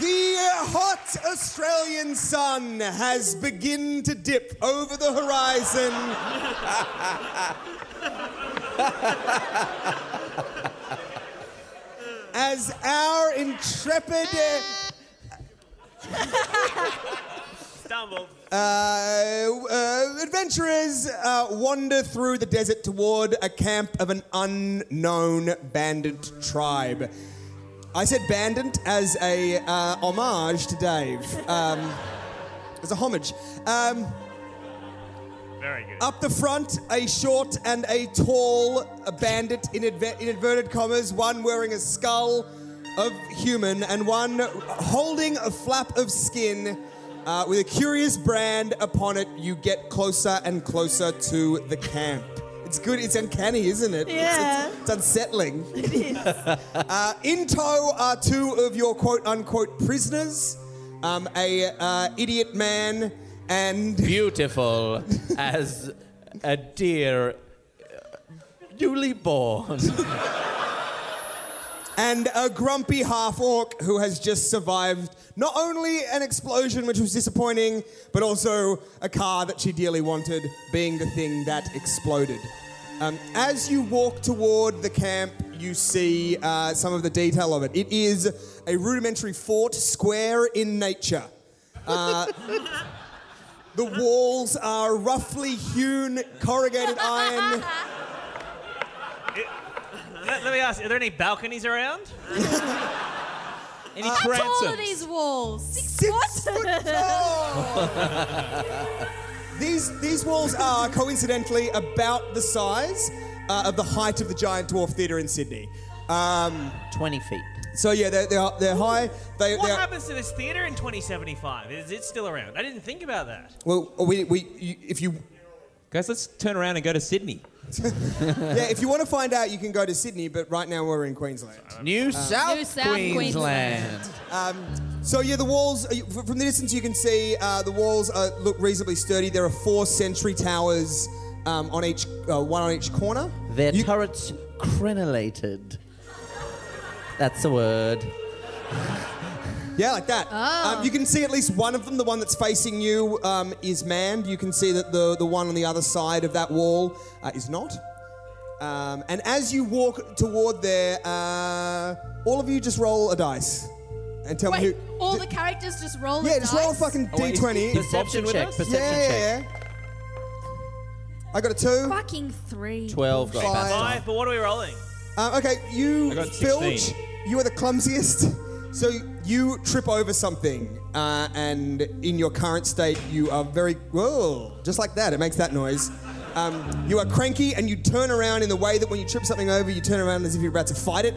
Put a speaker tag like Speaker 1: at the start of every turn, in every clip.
Speaker 1: The hot Australian sun has begun to dip over the horizon. As our intrepid.
Speaker 2: Stumbled.
Speaker 1: uh, adventurers uh, wander through the desert toward a camp of an unknown bandit tribe. I said bandit as a uh, homage to Dave, um, as a homage. Um,
Speaker 2: Very good.
Speaker 1: up the front, a short and a tall bandit in, adver- in inverted commas, one wearing a skull of human and one holding a flap of skin uh, with a curious brand upon it. You get closer and closer to the camp. It's good, it's uncanny, isn't it? It's- It's,
Speaker 3: Yeah.
Speaker 1: it's unsettling. It is. uh, in tow are two of your quote unquote prisoners um, a uh, idiot man and.
Speaker 4: beautiful as a deer uh, newly born.
Speaker 1: and a grumpy half orc who has just survived not only an explosion, which was disappointing, but also a car that she dearly wanted, being the thing that exploded. Um, as you walk toward the camp, you see uh, some of the detail of it. It is a rudimentary fort, square in nature. Uh, The walls are roughly hewn corrugated iron.
Speaker 2: Let, let me ask, are there any balconies around?
Speaker 4: Any
Speaker 3: How tall are
Speaker 4: transoms?
Speaker 3: these walls?
Speaker 1: Six foot tall. these these walls are coincidentally about the size uh, of the height of the Giant Dwarf Theatre in Sydney. Um,
Speaker 4: 20 feet.
Speaker 1: so yeah, they're, they're, they're high. They,
Speaker 2: What
Speaker 1: they're,
Speaker 2: happens to this theater in 2075? Is it still around? I didn't think about that.
Speaker 1: Well, we, we you, if you
Speaker 5: Guys, let's turn around and go to Sydney.
Speaker 1: yeah if you want to find out, you can go to Sydney. But right now we're in Queensland.
Speaker 5: Uh,
Speaker 4: New South,
Speaker 3: New South
Speaker 4: Queensland.
Speaker 1: So yeah, the walls you- f- from the distance you can see uh, the walls are, look reasonably sturdy. There are four sentry towers um, on each uh, one on each corner.
Speaker 4: Their
Speaker 1: You-
Speaker 4: turrets crenellated. That's the word.
Speaker 1: Yeah, like that.
Speaker 3: Ah.
Speaker 1: Um, you can see at least one of them. The one that's facing you um, is manned. You can see that the, the one on the other side of that wall uh, is not. Um, and as you walk toward there, uh, all of you just roll a dice and tell me
Speaker 3: Wait,
Speaker 1: who.
Speaker 3: all
Speaker 1: d-
Speaker 3: the characters just roll
Speaker 1: yeah,
Speaker 3: a
Speaker 1: just roll a
Speaker 3: dice?
Speaker 1: fucking
Speaker 4: Oh, wait, is-
Speaker 1: d20.
Speaker 4: is Perception
Speaker 5: with
Speaker 4: check.
Speaker 5: us?
Speaker 4: Perception
Speaker 1: yeah, yeah,
Speaker 4: check.
Speaker 1: yeah. I got a two.
Speaker 3: Fucking three.
Speaker 4: 12 got
Speaker 1: Five.
Speaker 4: bastard.
Speaker 2: Five, but what are we rolling?
Speaker 1: Um, okay, you
Speaker 5: I got
Speaker 1: filch.
Speaker 5: 16.
Speaker 1: You are the clumsiest. So you trip over something, uh, and in your current state, you are very whoa, just like that. It makes that noise. Um, you are cranky, and you turn around in the way that when you trip something over, you turn around as if you're about to fight it,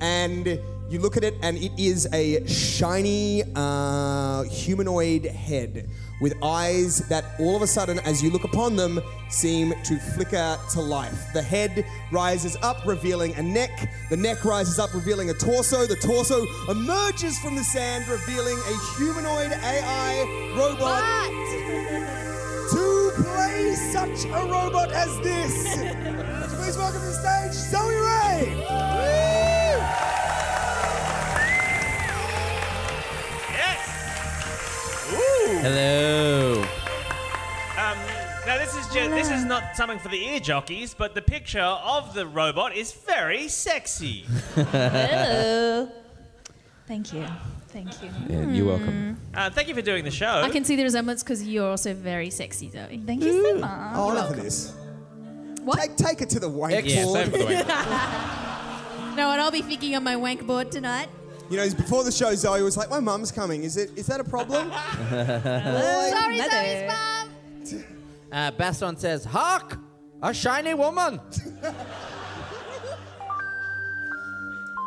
Speaker 1: and you look at it, and it is a shiny uh, humanoid head with eyes that all of a sudden, as you look upon them, seem to flicker to life. The head rises up, revealing a neck. The neck rises up, revealing a torso. The torso emerges from the sand, revealing a humanoid AI robot. To play such a robot as this, please welcome to the stage Zoe Ray.
Speaker 2: Yes!
Speaker 4: Hello.
Speaker 2: Um, now this is just, this is not something for the ear jockeys, but the picture of the robot is very sexy.
Speaker 3: Thank you. Thank you.
Speaker 5: Yeah, you're welcome.
Speaker 2: Uh, thank you for doing the show.
Speaker 3: I can see the resemblance because you're also very sexy, Zoe. Thank you so much.
Speaker 1: Oh, enough of this.
Speaker 3: What?
Speaker 1: Take, take it to the
Speaker 5: Yeah, same
Speaker 1: wakeboard.
Speaker 5: for the way.
Speaker 3: No, and I'll be thinking on my wank board tonight.
Speaker 1: you know, before the show, Zoe was like, "My mum's coming. Is it? Is that a problem?"
Speaker 3: Sorry, Zoe's mum.
Speaker 4: Uh, Baston says, Hark! A shiny woman!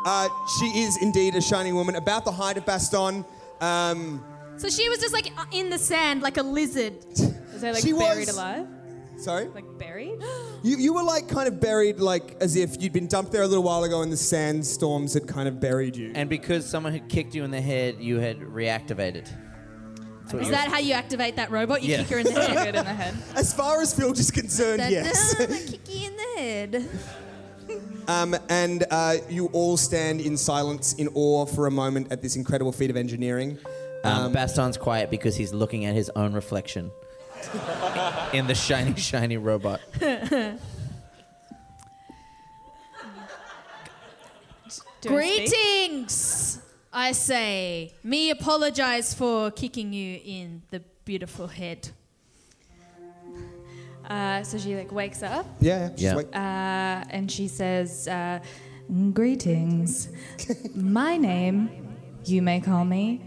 Speaker 1: Uh, she is indeed a shining woman, about the height of Baston, Um,
Speaker 3: So she was just like uh, in the sand, like a lizard.
Speaker 6: Is they like
Speaker 1: She
Speaker 6: buried
Speaker 1: was-
Speaker 6: alive?
Speaker 1: sorry?
Speaker 6: Like buried?
Speaker 1: You, you were like kind of buried, like as if you'd been dumped there a little while ago and the sandstorms had kind of buried you.
Speaker 4: And because someone had kicked you in the head, you had reactivated. That's what
Speaker 3: Is
Speaker 4: you-
Speaker 3: that how you activate that robot? You
Speaker 4: Yeah.
Speaker 3: kick her in the
Speaker 6: Kick
Speaker 3: head.
Speaker 6: it in the head.
Speaker 1: as far as Phil is concerned, yes.
Speaker 3: Dun, dun, kick you in the head.
Speaker 1: Um, and uh, you all stand in silence, in awe for a moment at this incredible feat of engineering.
Speaker 4: um, Baston's quiet because he's looking at his own reflection in the shiny, shiny robot.
Speaker 6: Do I speak?
Speaker 3: Greetings, I say. Me apologize for kicking you in the beautiful head.
Speaker 6: Uh, so she like wakes up
Speaker 1: Yeah, just
Speaker 4: Yeah.
Speaker 1: wait.
Speaker 6: uh, and she says, uh, "Greetings. My name, you may call me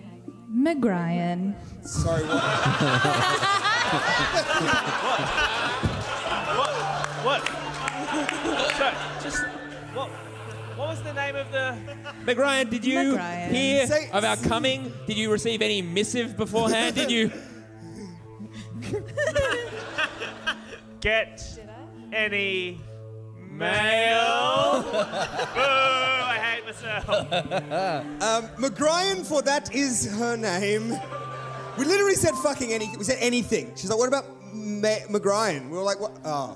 Speaker 6: McGrian."
Speaker 1: Sorry, what?
Speaker 2: What? What? Sorry, just what? What was the name of the?
Speaker 5: McRyan, did you
Speaker 6: McRyan.
Speaker 5: hear
Speaker 1: Say-
Speaker 5: of our coming? Did you receive any missive beforehand? Did you?
Speaker 2: Get any mail? Boo! I hate myself.
Speaker 1: Um, McGrian, for that is her name. We literally said fucking anything. We said anything. She's like, what about Ma- McGrian? We were like, what? Oh.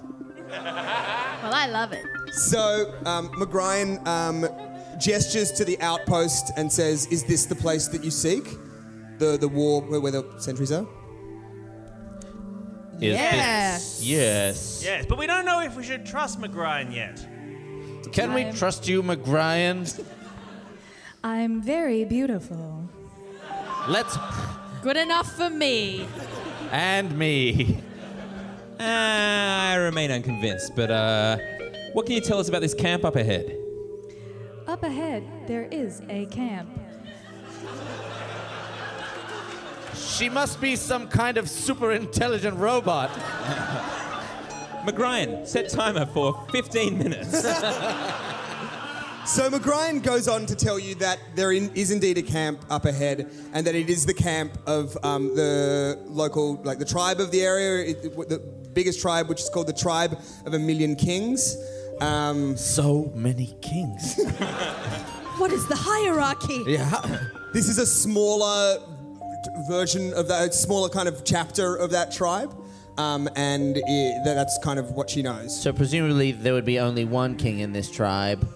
Speaker 3: Well, I love it.
Speaker 1: So um, McGrian um, gestures to the outpost and says, "Is this the place that you seek? The the war where, where the sentries are?"
Speaker 4: Yes. Yes.
Speaker 2: Yes, but we don't know if we should trust McGrian yet.
Speaker 4: Can we trust you, McGrian?
Speaker 6: I'm very beautiful.
Speaker 4: Let's.
Speaker 3: Good enough for me.
Speaker 4: And me.
Speaker 5: Uh, I remain unconvinced, but uh, what can you tell us about this camp up ahead?
Speaker 6: Up ahead, there is a camp.
Speaker 4: She must be some kind of super intelligent robot.
Speaker 5: McGrian, set timer for 15 minutes.
Speaker 1: So McGrian goes on to tell you that there in, is indeed a camp up ahead, and that it is the camp of um, the local, like the tribe of the area, it, it- the biggest tribe, which is called the Tribe of a Million Kings. Um,
Speaker 4: So many kings.
Speaker 3: What is the hierarchy?
Speaker 4: yeah.
Speaker 1: This is a smaller t- version of that, a smaller kind of chapter of that tribe, um, and i that, that's kind of what she knows.
Speaker 4: So presumably there would be only one king in this tribe,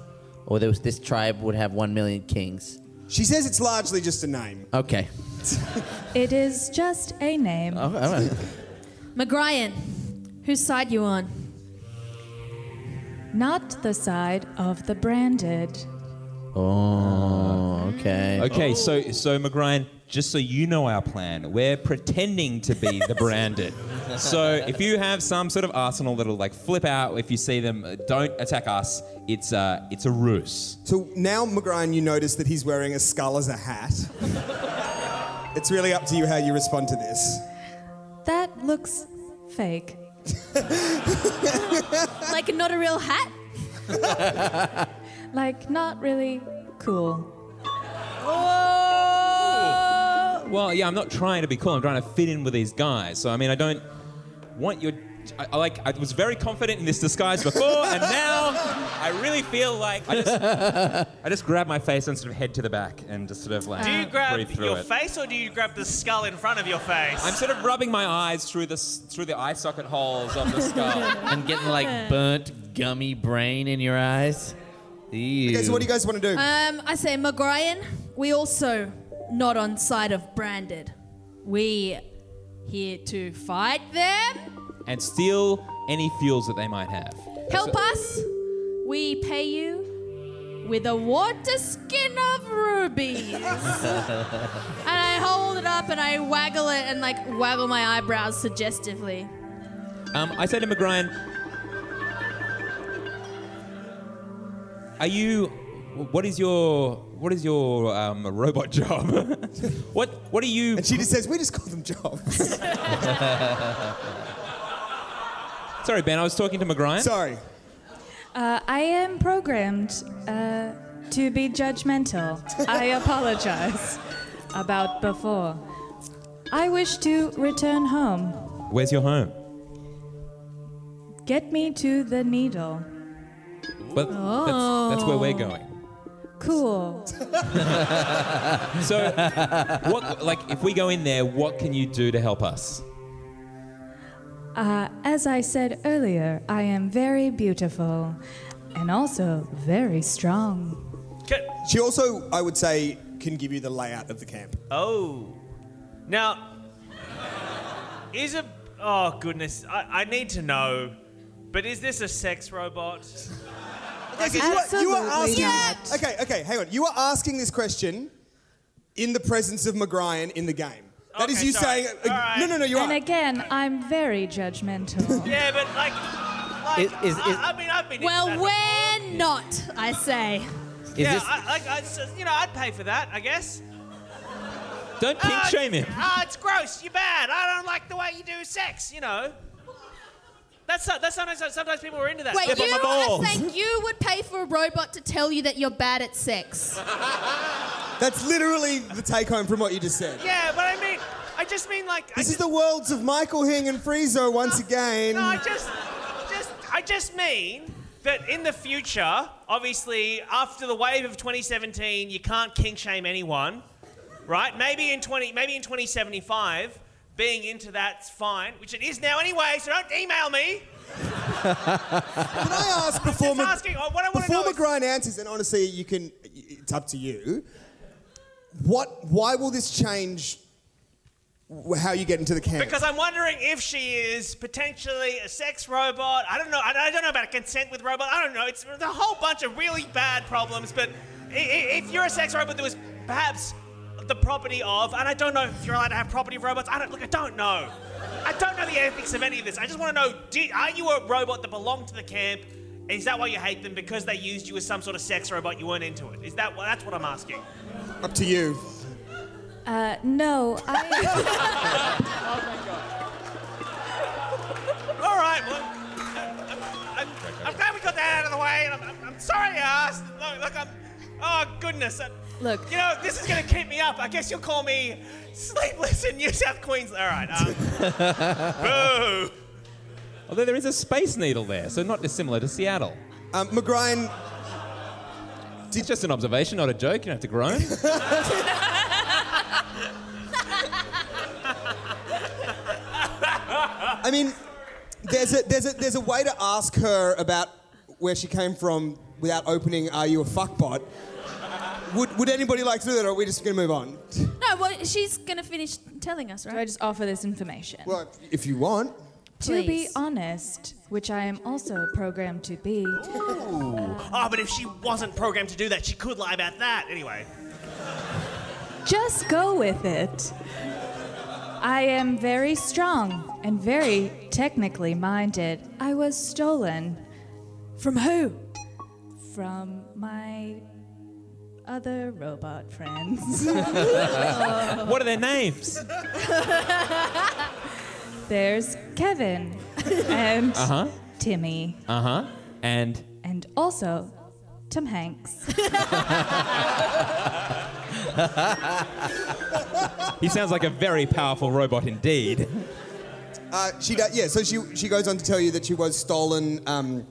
Speaker 4: or there was, this tribe would have one million kings.
Speaker 1: She says it's largely just a name.
Speaker 4: Okay.
Speaker 6: It is just a name.
Speaker 4: Oh, all right.
Speaker 3: McGrian, whose side you on?
Speaker 6: Not the side of the branded.
Speaker 4: Oh, okay.
Speaker 5: okay, so so McGrian, just so you know our plan, we're pretending to be the branded. So if you have some sort of arsenal that'll like flip out if you see them, uh, don't attack us. It's uh, it's a ruse.
Speaker 1: So now, McGrian, you notice that he's wearing a skull as a hat. it's really up to you how you respond to this.
Speaker 6: That looks fake.
Speaker 3: Like not a real hat?
Speaker 6: Like, not really cool.
Speaker 5: Well, yeah, I'm not trying to be cool. I'm trying to fit in with these guys. So I mean, I don't want your. I, I like. I was very confident in this disguise before, and now I really feel like I just. I just grab my face and sort of head to the back and just sort of like.
Speaker 2: Do you grab
Speaker 5: Uh, breathe through
Speaker 2: your
Speaker 5: it.
Speaker 2: face or do you grab the skull in front of your face?
Speaker 5: I'm sort of rubbing my eyes through the s- through the eye socket holes of the skull.
Speaker 4: And getting like burnt gummy brain in your eyes. Ew.
Speaker 1: Okay, so what do you guys want to do?
Speaker 3: Um, I say McGrian, we also not on side of branded. We here to fight them.
Speaker 5: and steal any fuels that they might have.
Speaker 3: Help us. We pay you with a water skin of rubies. and I hold it up and I waggle it and like waggle my eyebrows suggestively.
Speaker 5: Um, I say to McGrian, "Are you? What is your? What is your um, robot job? what? What are you?
Speaker 1: and she just says, "We just call them jobs."
Speaker 5: Sorry, Ben. I was talking to McGrian.
Speaker 1: Sorry.
Speaker 6: Uh, I am programmed uh, to be judgmental. I apologize. about before. I wish to return home.
Speaker 5: Where's your home?
Speaker 6: Get me to the needle.
Speaker 5: But that's, that's where we're going.
Speaker 6: Cool.
Speaker 5: So, what, like, if we go in there, what can you do to help us?
Speaker 6: Uh, as I said earlier, I am very beautiful and also very strong.
Speaker 2: Ca-
Speaker 1: She also, I would say, can give you the layout of the camp.
Speaker 2: Oh. Now, is a. Oh, goodness. I, I need to know. But is this a sex robot?
Speaker 1: Okay, so you, are, you are
Speaker 6: Absolutely
Speaker 1: asking.
Speaker 6: not.
Speaker 1: Okay, okay, hang on. You are asking this question in the presence of McGryan in the game. That is
Speaker 2: Okay,
Speaker 1: you
Speaker 2: sorry.
Speaker 1: saying. uh,
Speaker 2: All right.
Speaker 1: No, no, no, you
Speaker 6: And
Speaker 1: are.
Speaker 6: again, I'm very judgmental.
Speaker 2: Yeah, but like. like
Speaker 4: Is- is- is-
Speaker 2: I, I mean, I've been.
Speaker 3: Well,
Speaker 2: into that-
Speaker 3: we're not, I say.
Speaker 4: Is
Speaker 2: Yeah,
Speaker 4: this?
Speaker 2: I, like, I, you know, I'd pay for that, I guess.
Speaker 5: Don't pink
Speaker 2: Ah,
Speaker 5: shame him.
Speaker 2: Ah, it's gross. You're bad. I don't like the way you do sex. You know. That's that's sometimes sometimes people are into that.
Speaker 3: Wait,
Speaker 5: Step on
Speaker 3: you
Speaker 5: my
Speaker 3: are
Speaker 5: balls.
Speaker 3: saying you would pay for a robot to tell you that you're bad at sex?
Speaker 1: That's literally the take home from what you just said.
Speaker 2: Yeah, but I mean, I just mean like. I
Speaker 1: This
Speaker 2: just,
Speaker 1: is the worlds of Michael Hing and Friezo once again.
Speaker 2: No, I just, just, I just mean that in the future, obviously, after the wave of 2017, you can't kink shame anyone, right? Maybe in 20, maybe in 2075, being into that's fine, which it is now anyway. So don't email me.
Speaker 1: Can I ask before
Speaker 2: Just
Speaker 1: Mc-
Speaker 2: asking. oh, What I want to
Speaker 1: before
Speaker 2: know. is-
Speaker 1: McGryan answers, and honestly, you can. It's up to you. What? Why will this change? w- How you get into the camp?
Speaker 2: Because I'm wondering if she is potentially a sex robot. I don't know. I I don't know about consent with robot. I don't know. It's there's a whole bunch of really bad problems. But i- i- if you're a sex robot that was perhaps the property of, and I don't know if you're allowed to have property of robots. I don't look. I don't know. I don't know the ethics of any of this. I just want to know: di Are you a robot that belonged to the camp? Is that why you hate them? Because they used you as some sort of sex robot? You weren't into it. Is that? wh- That's what I'm asking.
Speaker 1: up to you.
Speaker 6: Uh, no, I,
Speaker 2: All right. Well, I'm, I'm, I'm glad we got that out of the way, and I'm, I'm, I'm sorry I asked. Look, look, I'm. Oh goodness. I-
Speaker 6: Look.
Speaker 2: You know this is gonna keep me up. I guess you'll call me sleepless in New South Queensland. All right. Um, boo.
Speaker 5: Although there is a space needle there, so not dissimilar to Seattle.
Speaker 1: Um, McGryan,
Speaker 5: It's just an observation, not a joke. You don't have to groan.
Speaker 1: I mean, there's a there's a there's a way to ask her about where she came from without opening. Are you a fuckbot? Would would anybody like to do that, or are we just gonna move on?
Speaker 3: No, well, she's gonna finish telling us,
Speaker 6: do I
Speaker 3: right?
Speaker 6: just offer this information?
Speaker 1: Well, if you want.
Speaker 6: to be
Speaker 3: Please.
Speaker 6: honest, which I am also programmed to be,
Speaker 2: Oh, but if she wasn't programmed to do that, she could lie about that. Anyway.
Speaker 6: just go with it. I am very strong and very technically minded. I was stolen. From who? From my other robot friends.
Speaker 5: what are their names?
Speaker 6: There's Kevin and
Speaker 5: Uh huh.
Speaker 6: Timmy
Speaker 5: Uh huh. And
Speaker 6: and also Tom Hanks.
Speaker 5: he sounds like a very powerful robot indeed.
Speaker 1: Uh, she does, yeah. So she she goes on to tell you that she was stolen um,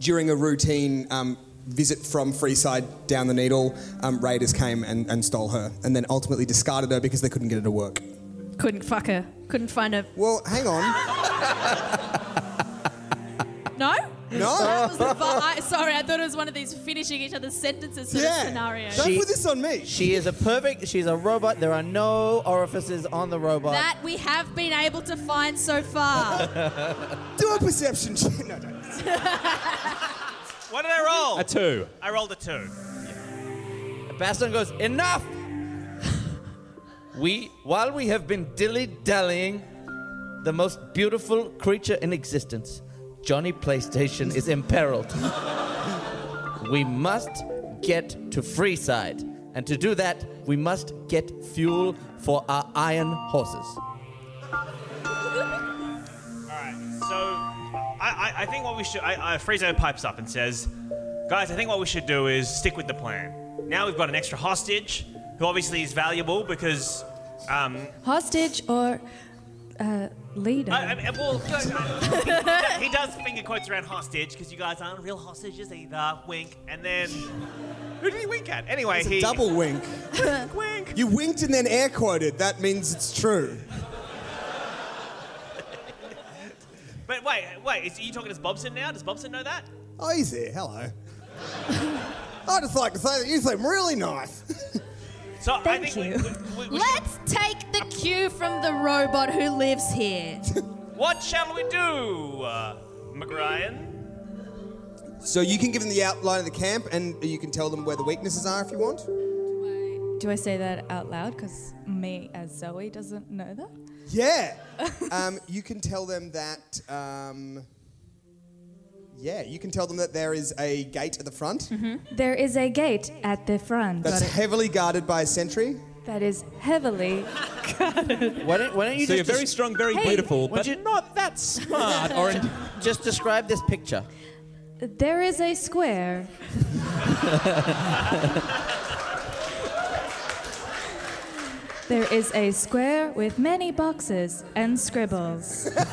Speaker 1: during a routine um, visit from Freeside down the Needle. Um, raiders came and, and stole her, and then ultimately discarded her because they couldn't get her to work.
Speaker 3: Couldn't fuck her. Couldn't find her.
Speaker 1: Well, hang on.
Speaker 3: No?
Speaker 1: No.
Speaker 3: That was the vi- I, sorry, I thought it was one of these finishing each other's sentences sort
Speaker 1: Yeah.
Speaker 3: of scenarios.
Speaker 1: Don't
Speaker 4: She-
Speaker 1: put this on me.
Speaker 4: She is a perfect. She's a robot. There are no orifices on the robot.
Speaker 3: That we have been able to find so far.
Speaker 1: Do a perception check. No, don't.
Speaker 2: What did I roll?
Speaker 5: A two.
Speaker 2: I rolled a two.
Speaker 4: Baston goes, Enough! We, while we have been dilly dallying, the most beautiful creature in existence, Johnny PlayStation, is imperiled. we must get to Freeside. And to do that, we must get fuel for our iron horses.
Speaker 2: Alright, so I, I, I think what we should. I, I, Friezo pipes up and says, Guys, I think what we should do is stick with the plan. Now we've got an extra hostage. who obviously is valuable because. Um,
Speaker 6: Hostage or uh, leader?
Speaker 2: I, I mean, well, he, he does finger quotes around hostage because you guys aren't real hostages either. Wink. And then who did he wink at? Anyway,
Speaker 1: It's
Speaker 2: he
Speaker 1: a double wink.
Speaker 2: wink.
Speaker 1: You winked and then air quoted. That means it's true.
Speaker 2: But wait, wait, is, are you talking to Bobson now? Does Bobson know that?
Speaker 1: Oh, he's here. Hello. I just like to say that you seem really nice.
Speaker 2: So I
Speaker 6: Thank
Speaker 2: think we- we- we- we should-
Speaker 3: Let's take the cue from the robot who lives here.
Speaker 2: what shall we do, uh, McRyan?
Speaker 1: So you can give them the outline of the camp, and you can tell them where the weaknesses are if you want.
Speaker 6: Do I say that out loud? Because me as Zoe doesn't know that.
Speaker 1: Yeah. um, you can tell them that. Um, yeah, you can tell them that there is a gate at the front
Speaker 3: Mm-hmm.
Speaker 6: There is a gate at the front
Speaker 1: that's heavily guarded by a sentry.
Speaker 6: that is heavily.
Speaker 4: Why don't, why don't you
Speaker 5: So you're
Speaker 4: just
Speaker 5: very
Speaker 4: des-
Speaker 5: strong, very
Speaker 6: Hey,
Speaker 5: beautiful, but
Speaker 4: you-
Speaker 5: not that smart. Or in-
Speaker 4: just describe this picture?
Speaker 6: There is a square. there is a square with many boxes and scribbles.
Speaker 5: okay,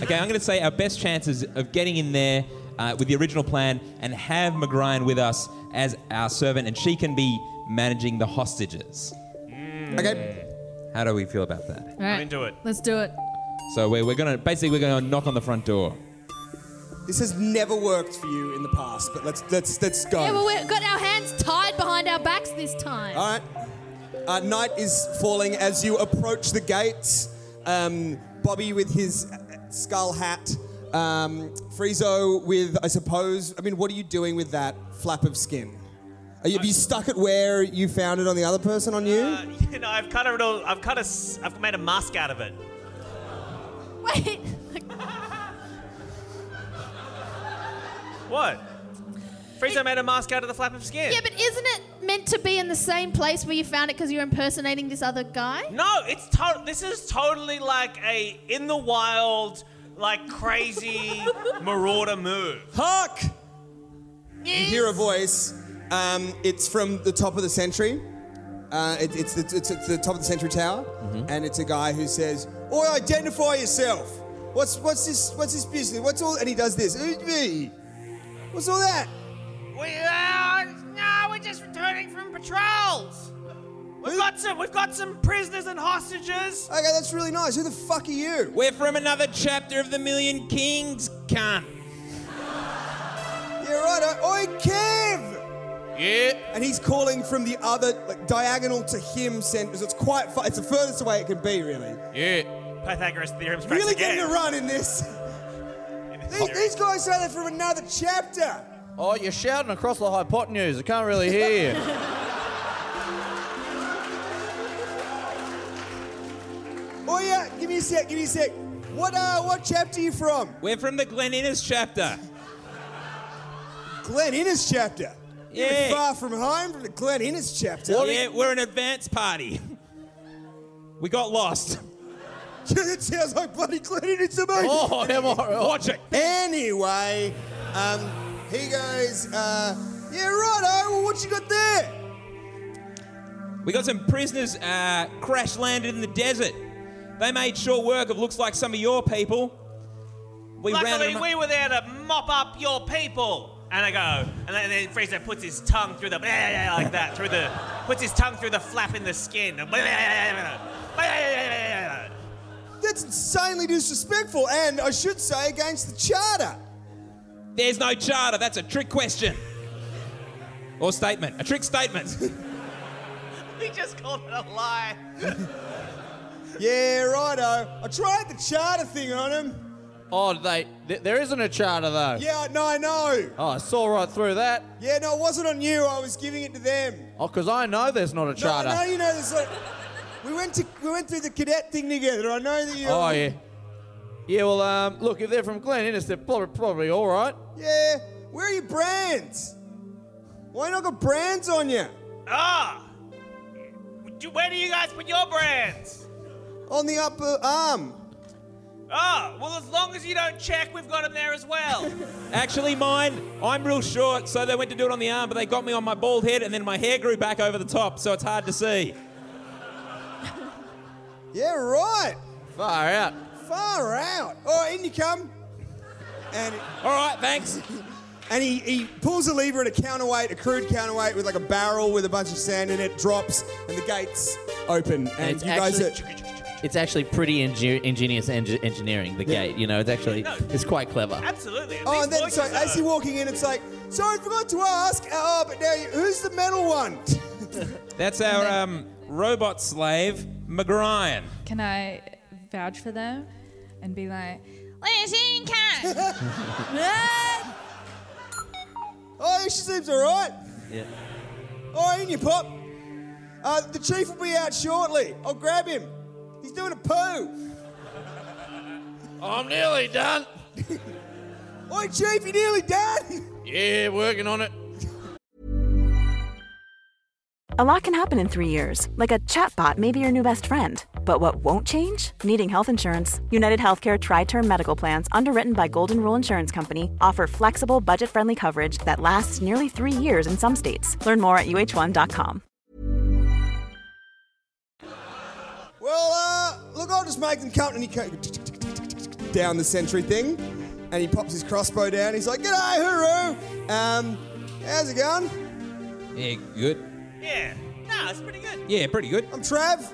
Speaker 5: I'm going to say our best chances of getting in there uh, with the original plan and have McGryan with us as our servant, and she can be managing the hostages.
Speaker 1: Okay.
Speaker 5: How do we feel about that?
Speaker 3: All right.
Speaker 2: into it.
Speaker 3: Let's do it.
Speaker 5: So we're, we're going to basically we're going to knock on the front door.
Speaker 1: This has never worked for you in the past, but let's let's let's go.
Speaker 3: Yeah, well, we've got our hands tied behind our backs this time.
Speaker 1: All right. Uh, night is falling as you approach the gates. Um, Bobby with his uh, skull hat. Um, Friezo with, I suppose, I mean, what are you doing with that flap of skin? Are you, have you stuck it where you found it on the other person on you?
Speaker 2: Uh, you know, I've cut it all. I've cut a. s- I've made a mask out of it.
Speaker 3: Wait.
Speaker 2: What? Frieza made a mask out of the flap of skin.
Speaker 3: Yeah, but isn't it meant to be in the same place where you found it because you're impersonating this other guy?
Speaker 2: No, it's to- this is totally like a in the wild, like crazy marauder move.
Speaker 1: Hark! You
Speaker 3: Yes.
Speaker 1: hear a voice. Um, it's from the top of the sentry. Uh, it, it's, the, it's, it's the top of the sentry tower, and it's a guy who says, "Oi, identify yourself. What's what's this? What's this business? What's all?" And he does this. Who's me? What's all that?
Speaker 2: We are no, we're just returning from patrols. We've got some. We've got some prisoners and hostages.
Speaker 1: Okay, that's really nice. Who the fuck are you?
Speaker 5: We're from another chapter of the Million Kings, cunt.
Speaker 1: You're right. Oi, Kev!
Speaker 5: Yeah.
Speaker 1: And he's calling from the other, like diagonal to him center. So it's quite far. It's the furthest away it can be, really.
Speaker 5: Yeah.
Speaker 2: Pythagoras theorem's back
Speaker 1: Really
Speaker 2: again.
Speaker 1: getting a run in this.
Speaker 2: In this
Speaker 1: These,
Speaker 2: series.
Speaker 1: these guys say they're from another chapter.
Speaker 4: Oh, you're shouting across the hypotenuse. I can't really hear you.
Speaker 1: Oh yeah, give me a sec, give me a sec. What uh, what chapter are you from?
Speaker 5: We're from the Glen Innes chapter.
Speaker 1: Glen Innes chapter. You're
Speaker 5: Yeah.
Speaker 1: Far from home from the Glen Innes chapter.
Speaker 5: yeah, we're an advance party. We got lost.
Speaker 1: it sounds like bloody Glen Innes to me.
Speaker 4: Oh, am I?
Speaker 5: Watch it.
Speaker 1: Anyway, um, he goes, uh, yeah, right. eh? Well, what you got there?
Speaker 5: We got some prisoners uh, crash landed in the desert. They made short work of looks like some of your people. We rounded
Speaker 2: Luckily,
Speaker 5: them
Speaker 2: we
Speaker 5: up.
Speaker 2: were there to mop up your people. And I go, and then, then Frieza puts his tongue through the like that through the puts his tongue through the flap in the skin.
Speaker 1: That's insanely disrespectful, and I should say against the charter.
Speaker 5: There's no charter. That's a trick question. Or statement. A trick statement.
Speaker 2: He just called it a lie.
Speaker 1: Yeah, righto. I tried the charter thing on him.
Speaker 4: Oh, they, th- there isn't a charter, though.
Speaker 1: Yeah, no, I know.
Speaker 4: Oh, I saw right through that.
Speaker 1: Yeah, no, it wasn't on you. I was giving it to them.
Speaker 4: Oh, because I know there's not a charter.
Speaker 1: No, I know you know this. Like, we went to we went through the cadet thing together. I know that you.
Speaker 4: Oh, yeah. Yeah, well, um, look, if they're from Glen Innes, they're probably, probably all right.
Speaker 1: Yeah. Where are your brands? Why not got brands on you?
Speaker 2: Ah, Do- where do you guys put your brands?
Speaker 1: On the upper arm.
Speaker 2: Oh, well, as long as you don't check, we've got him there as well.
Speaker 5: Actually, mine, I'm real short, so they went to do it on the arm, but they got me on my bald head, and then my hair grew back over the top, so it's hard to see.
Speaker 1: Yeah, right.
Speaker 4: Far out.
Speaker 1: Far out. Oh, in you come. And
Speaker 5: All right, thanks.
Speaker 1: and he, he pulls a lever at a counterweight, a crude counterweight with like a barrel with a bunch of sand in it, drops, and the gates open. And,
Speaker 4: And it's
Speaker 1: you guys
Speaker 4: actually-
Speaker 1: are.
Speaker 4: It's actually pretty inge- ingenious enge- engineering the
Speaker 1: Yeah.
Speaker 4: gate. You know, it's actually
Speaker 2: No.
Speaker 4: it's quite clever.
Speaker 2: Absolutely. at
Speaker 1: Oh,
Speaker 2: least
Speaker 1: and then
Speaker 2: lawyers
Speaker 1: so as
Speaker 2: know.
Speaker 1: you're walking in, it's like, sorry, forgot to ask. Oh, but now you, who's the metal one?
Speaker 5: That's our um, robot slave, McGryan.
Speaker 6: Can I vouch for them and be like, Listen, cat!
Speaker 1: oh, she seems all right.
Speaker 4: Yeah.
Speaker 1: Oh, in you pop. Uh, the chief will be out shortly. I'll grab him. He's doing a poo.
Speaker 4: I'm nearly done.
Speaker 1: Oi, chief, you nearly done.
Speaker 4: Yeah, working on it.
Speaker 7: A lot can happen in three years, like a chatbot may be your new best friend. But what won't change? Needing health insurance. United Healthcare Tri Term Medical Plans, underwritten by Golden Rule Insurance Company, offer flexible, budget friendly coverage that lasts nearly three years in some states. Learn more at uh1.com.
Speaker 1: Well, uh, look, I'll just make them come. And he co- down the sentry thing, and he pops his crossbow down. He's like, "G'day, hooroo! Um, how's it going?
Speaker 5: Yeah, good.
Speaker 2: Yeah. Nah, it's pretty good.
Speaker 5: Yeah, pretty good.
Speaker 1: I'm Trav.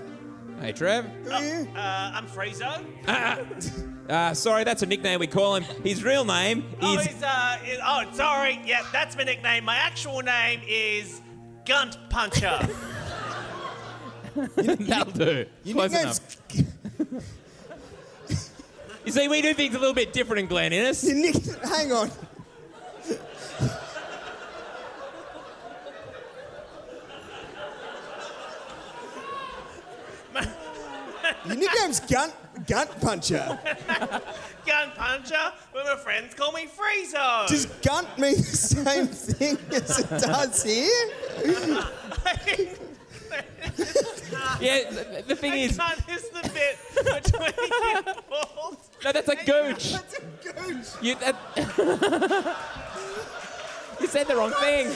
Speaker 5: Hey, Trev.
Speaker 1: Who are you?
Speaker 2: Uh, I'm Friezo.
Speaker 5: Uh, sorry, that's a nickname we call him. His real name
Speaker 2: Oh,
Speaker 5: is.
Speaker 2: he's, uh, is- oh, sorry. Yeah, that's my nickname. My actual name is Gunt Puncher.
Speaker 5: That'll do.
Speaker 1: Your
Speaker 5: Close
Speaker 1: nickname's,
Speaker 5: enough. You see, we do things a little bit different in Glen Innes.
Speaker 1: your nick. Hang on. Your nickname's Gunt Gunt Puncher.
Speaker 2: Gunt Puncher. Well, my friends call me Friezo.
Speaker 1: Does gunt mean the same thing as it does here?
Speaker 5: Yeah, the, the thing is,
Speaker 2: Gunt is the bit between your balls.
Speaker 5: no, that's a gooch.
Speaker 1: That's a gooch.
Speaker 5: You, that, you said the wrong thing.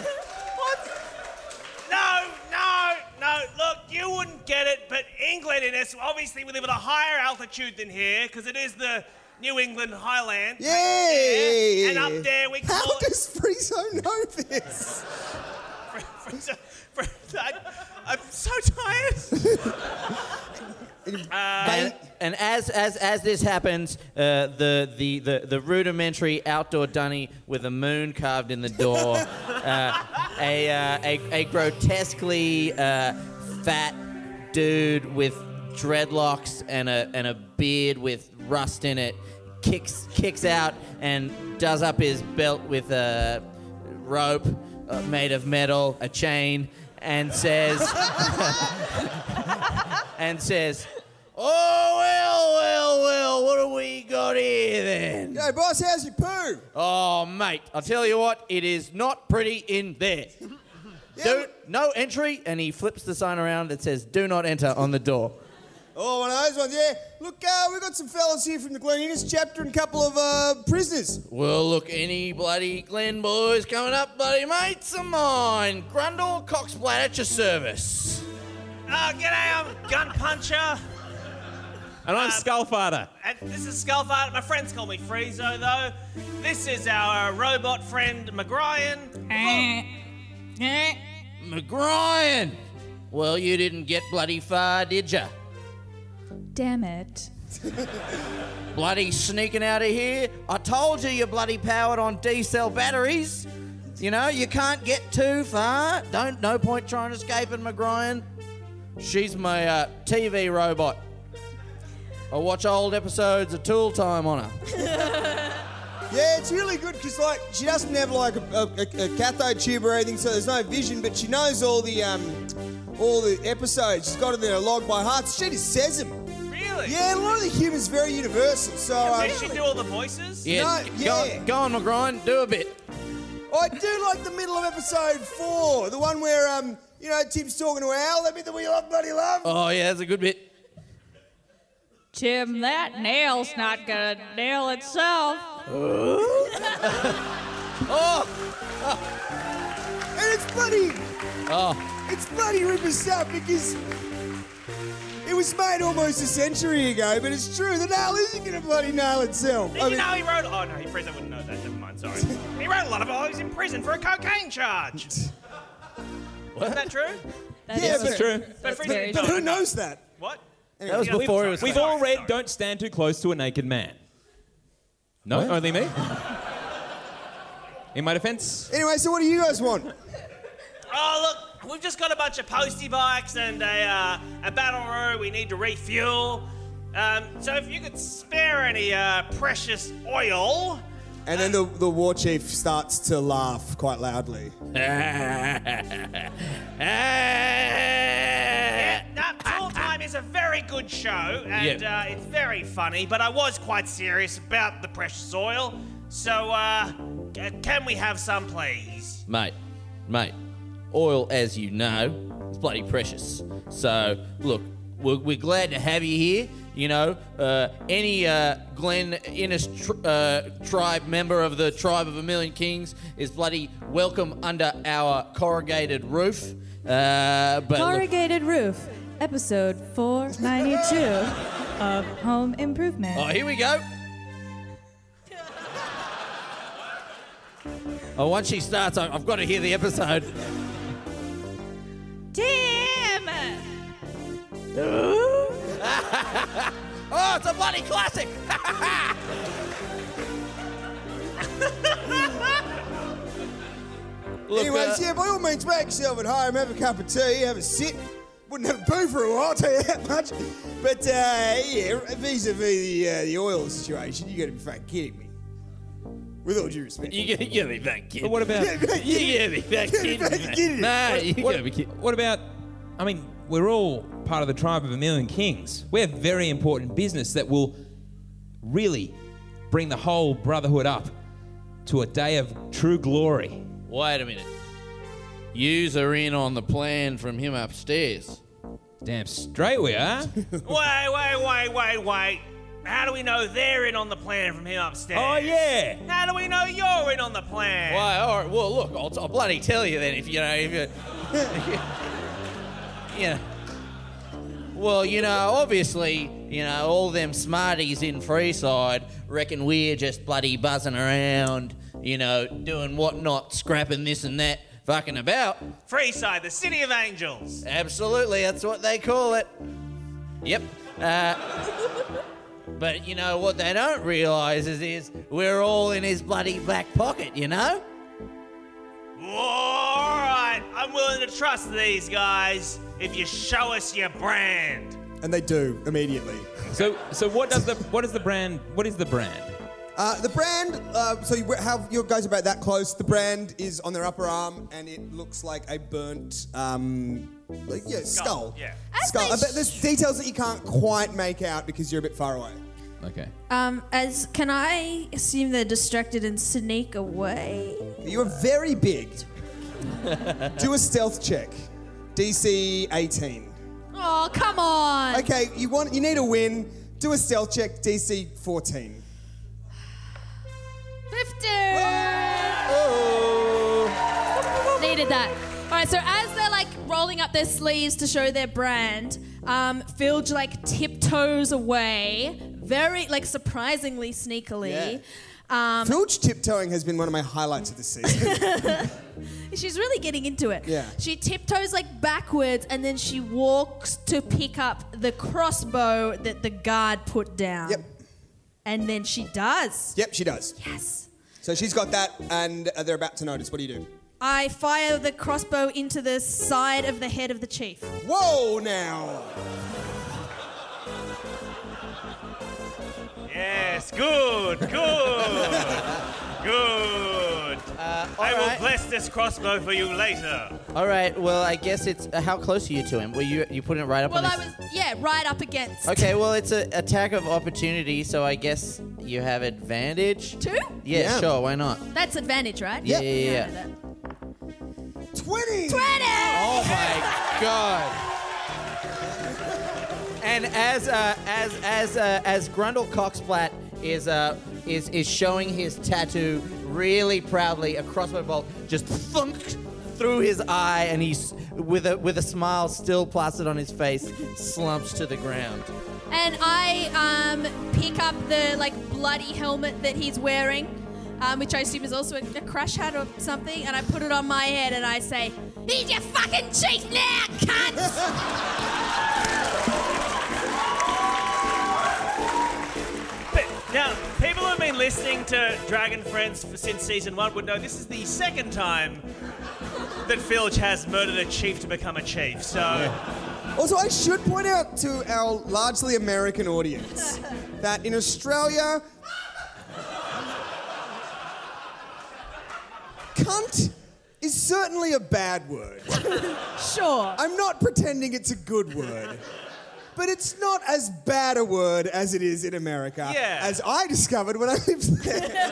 Speaker 2: No, no, no. Look, you wouldn't get it, but England in this, obviously, we live at a higher altitude than here because it is the New England highland.
Speaker 1: Yay!
Speaker 2: And up there we
Speaker 1: How
Speaker 2: call it-
Speaker 1: does Friezo know this?
Speaker 2: Friends- friends, I, I'm so tired.
Speaker 4: And, and as as as this happens, uh, the, the the the rudimentary outdoor dunny with a moon carved in the door, uh, a, uh, a a grotesquely uh, fat dude with dreadlocks and a and a beard with rust in it, kicks kicks out and does up his belt with a rope uh, made of metal, a chain, and says and says, Oh, well, well, well, what do we got here then?
Speaker 1: Yo, boss, how's your poo?
Speaker 4: Oh, mate, I'll tell you what, it is not pretty in there. Do, no entry, and he flips the sign around that says, Do not enter on the door.
Speaker 1: Oh, one of those ones, yeah. Look, uh, we've got some fellas here from the Glen Innes chapter and a couple of uh, prisoners.
Speaker 4: Well, look, any bloody Glen boys coming up, bloody mates of mine. Grundle Coxblatt at your service.
Speaker 2: Oh, g'day, I'm Gun Puncher.
Speaker 5: And I'm Skullfather.
Speaker 2: And this is Skullfart. My friends call me Friezo, though. This is our robot friend, McGryan.
Speaker 4: McGryan. Well, you didn't get bloody far, did ya?
Speaker 6: Damn it.
Speaker 4: bloody sneaking out of here. I told you you're bloody powered on D cell batteries. You know, you can't get too far. Don't, no point trying to escape in McGryan. She's my uh, TV robot. I watch old episodes of Tool Time on her.
Speaker 1: Yeah, it's really good because, like, she doesn't have, like, a, a, a, a cathode tube or anything, so there's no vision, but she knows all the, um, all the episodes. She's got it in her log by heart. She just says them.
Speaker 2: Really?
Speaker 1: Yeah, a lot of the humor's very universal, so... Uh,
Speaker 2: Did she do all the voices?
Speaker 4: Yeah,
Speaker 1: No,
Speaker 4: go,
Speaker 1: yeah.
Speaker 4: On, go on, McGryan, do a bit.
Speaker 1: I do like the middle of episode four, the one where um, you
Speaker 2: Oh.
Speaker 1: know, Tim's talking to Al. That bit that we love, bloody love.
Speaker 4: Oh, yeah, that's a good bit.
Speaker 3: Tim, that nail's not gonna nail itself.
Speaker 1: And it's bloody.
Speaker 2: Oh.
Speaker 1: It's bloody Ripper Stout because it was made almost a century ago, but it's true. The nail isn't going to bloody nail itself.
Speaker 2: Did you know he wrote? Oh no, he prison wouldn't know that. Never mind. Sorry. he wrote a lot of it while he was in prison for a cocaine charge. Isn't that true?
Speaker 1: yeah, but,
Speaker 5: That's true.
Speaker 2: But for
Speaker 3: very
Speaker 1: but who knows that?
Speaker 2: What?
Speaker 4: That was
Speaker 2: Yeah, we've-
Speaker 4: before it was.
Speaker 2: sorry,
Speaker 5: We've
Speaker 2: sorry,
Speaker 5: all read
Speaker 2: sorry.
Speaker 5: Don't Stand Too Close to a Naked Man. No,
Speaker 4: What?
Speaker 5: only me. In my defense,
Speaker 1: Anyway, so what do you guys want?
Speaker 2: Oh look, we've just got a bunch of posty bikes and a uh, a battle row. We need to refuel. Um, so if you could spare any uh, precious oil,
Speaker 1: And then the, the war chief starts to laugh quite loudly.
Speaker 4: Ah.
Speaker 2: yeah, that Tool Time is a very good show and
Speaker 4: Yeah.
Speaker 2: uh, it's very funny. But I was quite serious about the precious oil. So uh, c- can we have some, please?
Speaker 4: Mate, mate, oil, as you know, is bloody precious. So, look, we're, we're glad to have you here. You know, uh, any uh, Glen Innes tr- uh, tribe member of the Tribe of a Million Kings is bloody welcome under our corrugated roof. Uh, but look,
Speaker 6: Corrugated roof, episode 492 of Home Improvement.
Speaker 4: oh, here we go. Oh, once she starts, I- I've got to hear the episode.
Speaker 3: Tim!
Speaker 4: Oh, it's a bloody classic! Look,
Speaker 1: Anyways,
Speaker 4: uh,
Speaker 1: yeah, by all means, make yourself at home, have a cup of tea, have a sit. Wouldn't have a poo for a while, I'll tell you that much. But uh, yeah, vis a vis the, uh, the oil situation, you gotta be fucking kidding me. With all due respect.
Speaker 4: you gotta, you gotta be back, kid.
Speaker 5: but what about
Speaker 1: Yeah, but-
Speaker 4: You gotta be back,
Speaker 1: Get
Speaker 4: kid.
Speaker 1: back, get it.
Speaker 4: Nah, you
Speaker 5: what,
Speaker 4: gotta be kid.
Speaker 5: what about? I mean, we're all part of the tribe of a million kings. We have very important business that will really bring the whole brotherhood up to a day of true glory.
Speaker 4: Wait a minute. Yous are in on the plan from him upstairs.
Speaker 5: Damn straight we are.
Speaker 2: Wait, wait, wait, wait, wait. How do we know they're in on the plan from him upstairs?
Speaker 5: oh yeah.
Speaker 2: How do we know you're in on the plan?
Speaker 4: Why? All right. Well, look, I'll, I'll bloody tell you then. If you know, if you, yeah. Well, you know, obviously, you know, all them smarties in Freeside reckon we're just bloody buzzing around, you know, doing whatnot, scrapping this and that, fucking about.
Speaker 2: Freeside, the city of angels.
Speaker 4: Absolutely, that's what they call it. Yep. Uh, but you know what they don't realise is, is we're all in his bloody back pocket, you know.
Speaker 2: All right, I'm willing to trust these guys if you show us your brand.
Speaker 1: And they do immediately.
Speaker 5: So so what does the what is the brand? What is the brand?
Speaker 1: Uh, the brand, uh, so you have your guys about that close. The brand is on their upper arm and it looks like a burnt, um, like, yeah, skull.
Speaker 2: yeah.
Speaker 1: Skull.
Speaker 3: they
Speaker 1: I bet there's details that you can't quite make out because you're a bit far away.
Speaker 5: Okay.
Speaker 3: Um, as can I assume they're distracted and sneak away?
Speaker 1: You are very big. Do a stealth check. DC 18.
Speaker 3: Oh, come on!
Speaker 1: Okay, you want you need a win. Do a stealth check. DC 14. Ah!
Speaker 3: 15! Needed that. All right, so as they're like rolling up their sleeves to show their brand, um, Filge like tiptoes away, very like surprisingly sneakily. Um,
Speaker 1: Filch tiptoeing has been one of my highlights of this season.
Speaker 3: She's really getting into it.
Speaker 1: Yeah.
Speaker 3: She tiptoes like backwards and then she walks to pick up the crossbow that the guard put down.
Speaker 1: Yep.
Speaker 3: And then she does.
Speaker 1: yep, she does.
Speaker 3: Yes.
Speaker 1: So she's got that, and uh, they're about to notice. What do you do?
Speaker 3: I fire the crossbow into the side of the head of the chief.
Speaker 1: Whoa, now.
Speaker 2: Yes, good, good, good.
Speaker 1: Uh,
Speaker 2: I will
Speaker 4: alright.
Speaker 2: bless this crossbow for you later.
Speaker 4: All right. Well, I guess it's uh, how close are you to him? Were you you putting it right up
Speaker 3: Well,
Speaker 4: on
Speaker 3: I
Speaker 4: his?
Speaker 3: was, yeah, right up against.
Speaker 4: Okay. Well, it's a attack of opportunity, so I guess you have advantage.
Speaker 3: Two?
Speaker 4: Yeah,
Speaker 1: Yeah.
Speaker 4: Sure. Why not?
Speaker 3: That's advantage, right?
Speaker 4: Yeah, yeah, yeah.
Speaker 3: I know that.
Speaker 1: 20.
Speaker 3: 20!
Speaker 4: Oh my god. and as uh, as as uh, as Grundle Coxplat is uh, is is showing his tattoo really proudly, a crossbow bolt just thunk through his eye, and he's with a with a smile still plastered on his face, slumps to the ground.
Speaker 3: And I um, pick up the like bloody helmet that he's wearing, um, which I assume is also a, a crash hat or something, and I put it on my head and I say, "Eat your fucking cheese now, cunts!"
Speaker 2: But now, people who've been listening to Dragon Friends for, since season one would know this is the second time that Filch has murdered a chief to become a chief. So
Speaker 1: Also, I should point out to our largely American audience that in Australia, cunt is certainly a bad word.
Speaker 6: Sure.
Speaker 1: I'm not pretending it's a good word. But it's not as bad a word as it is in America,
Speaker 2: Yeah.
Speaker 1: as I discovered when I lived there.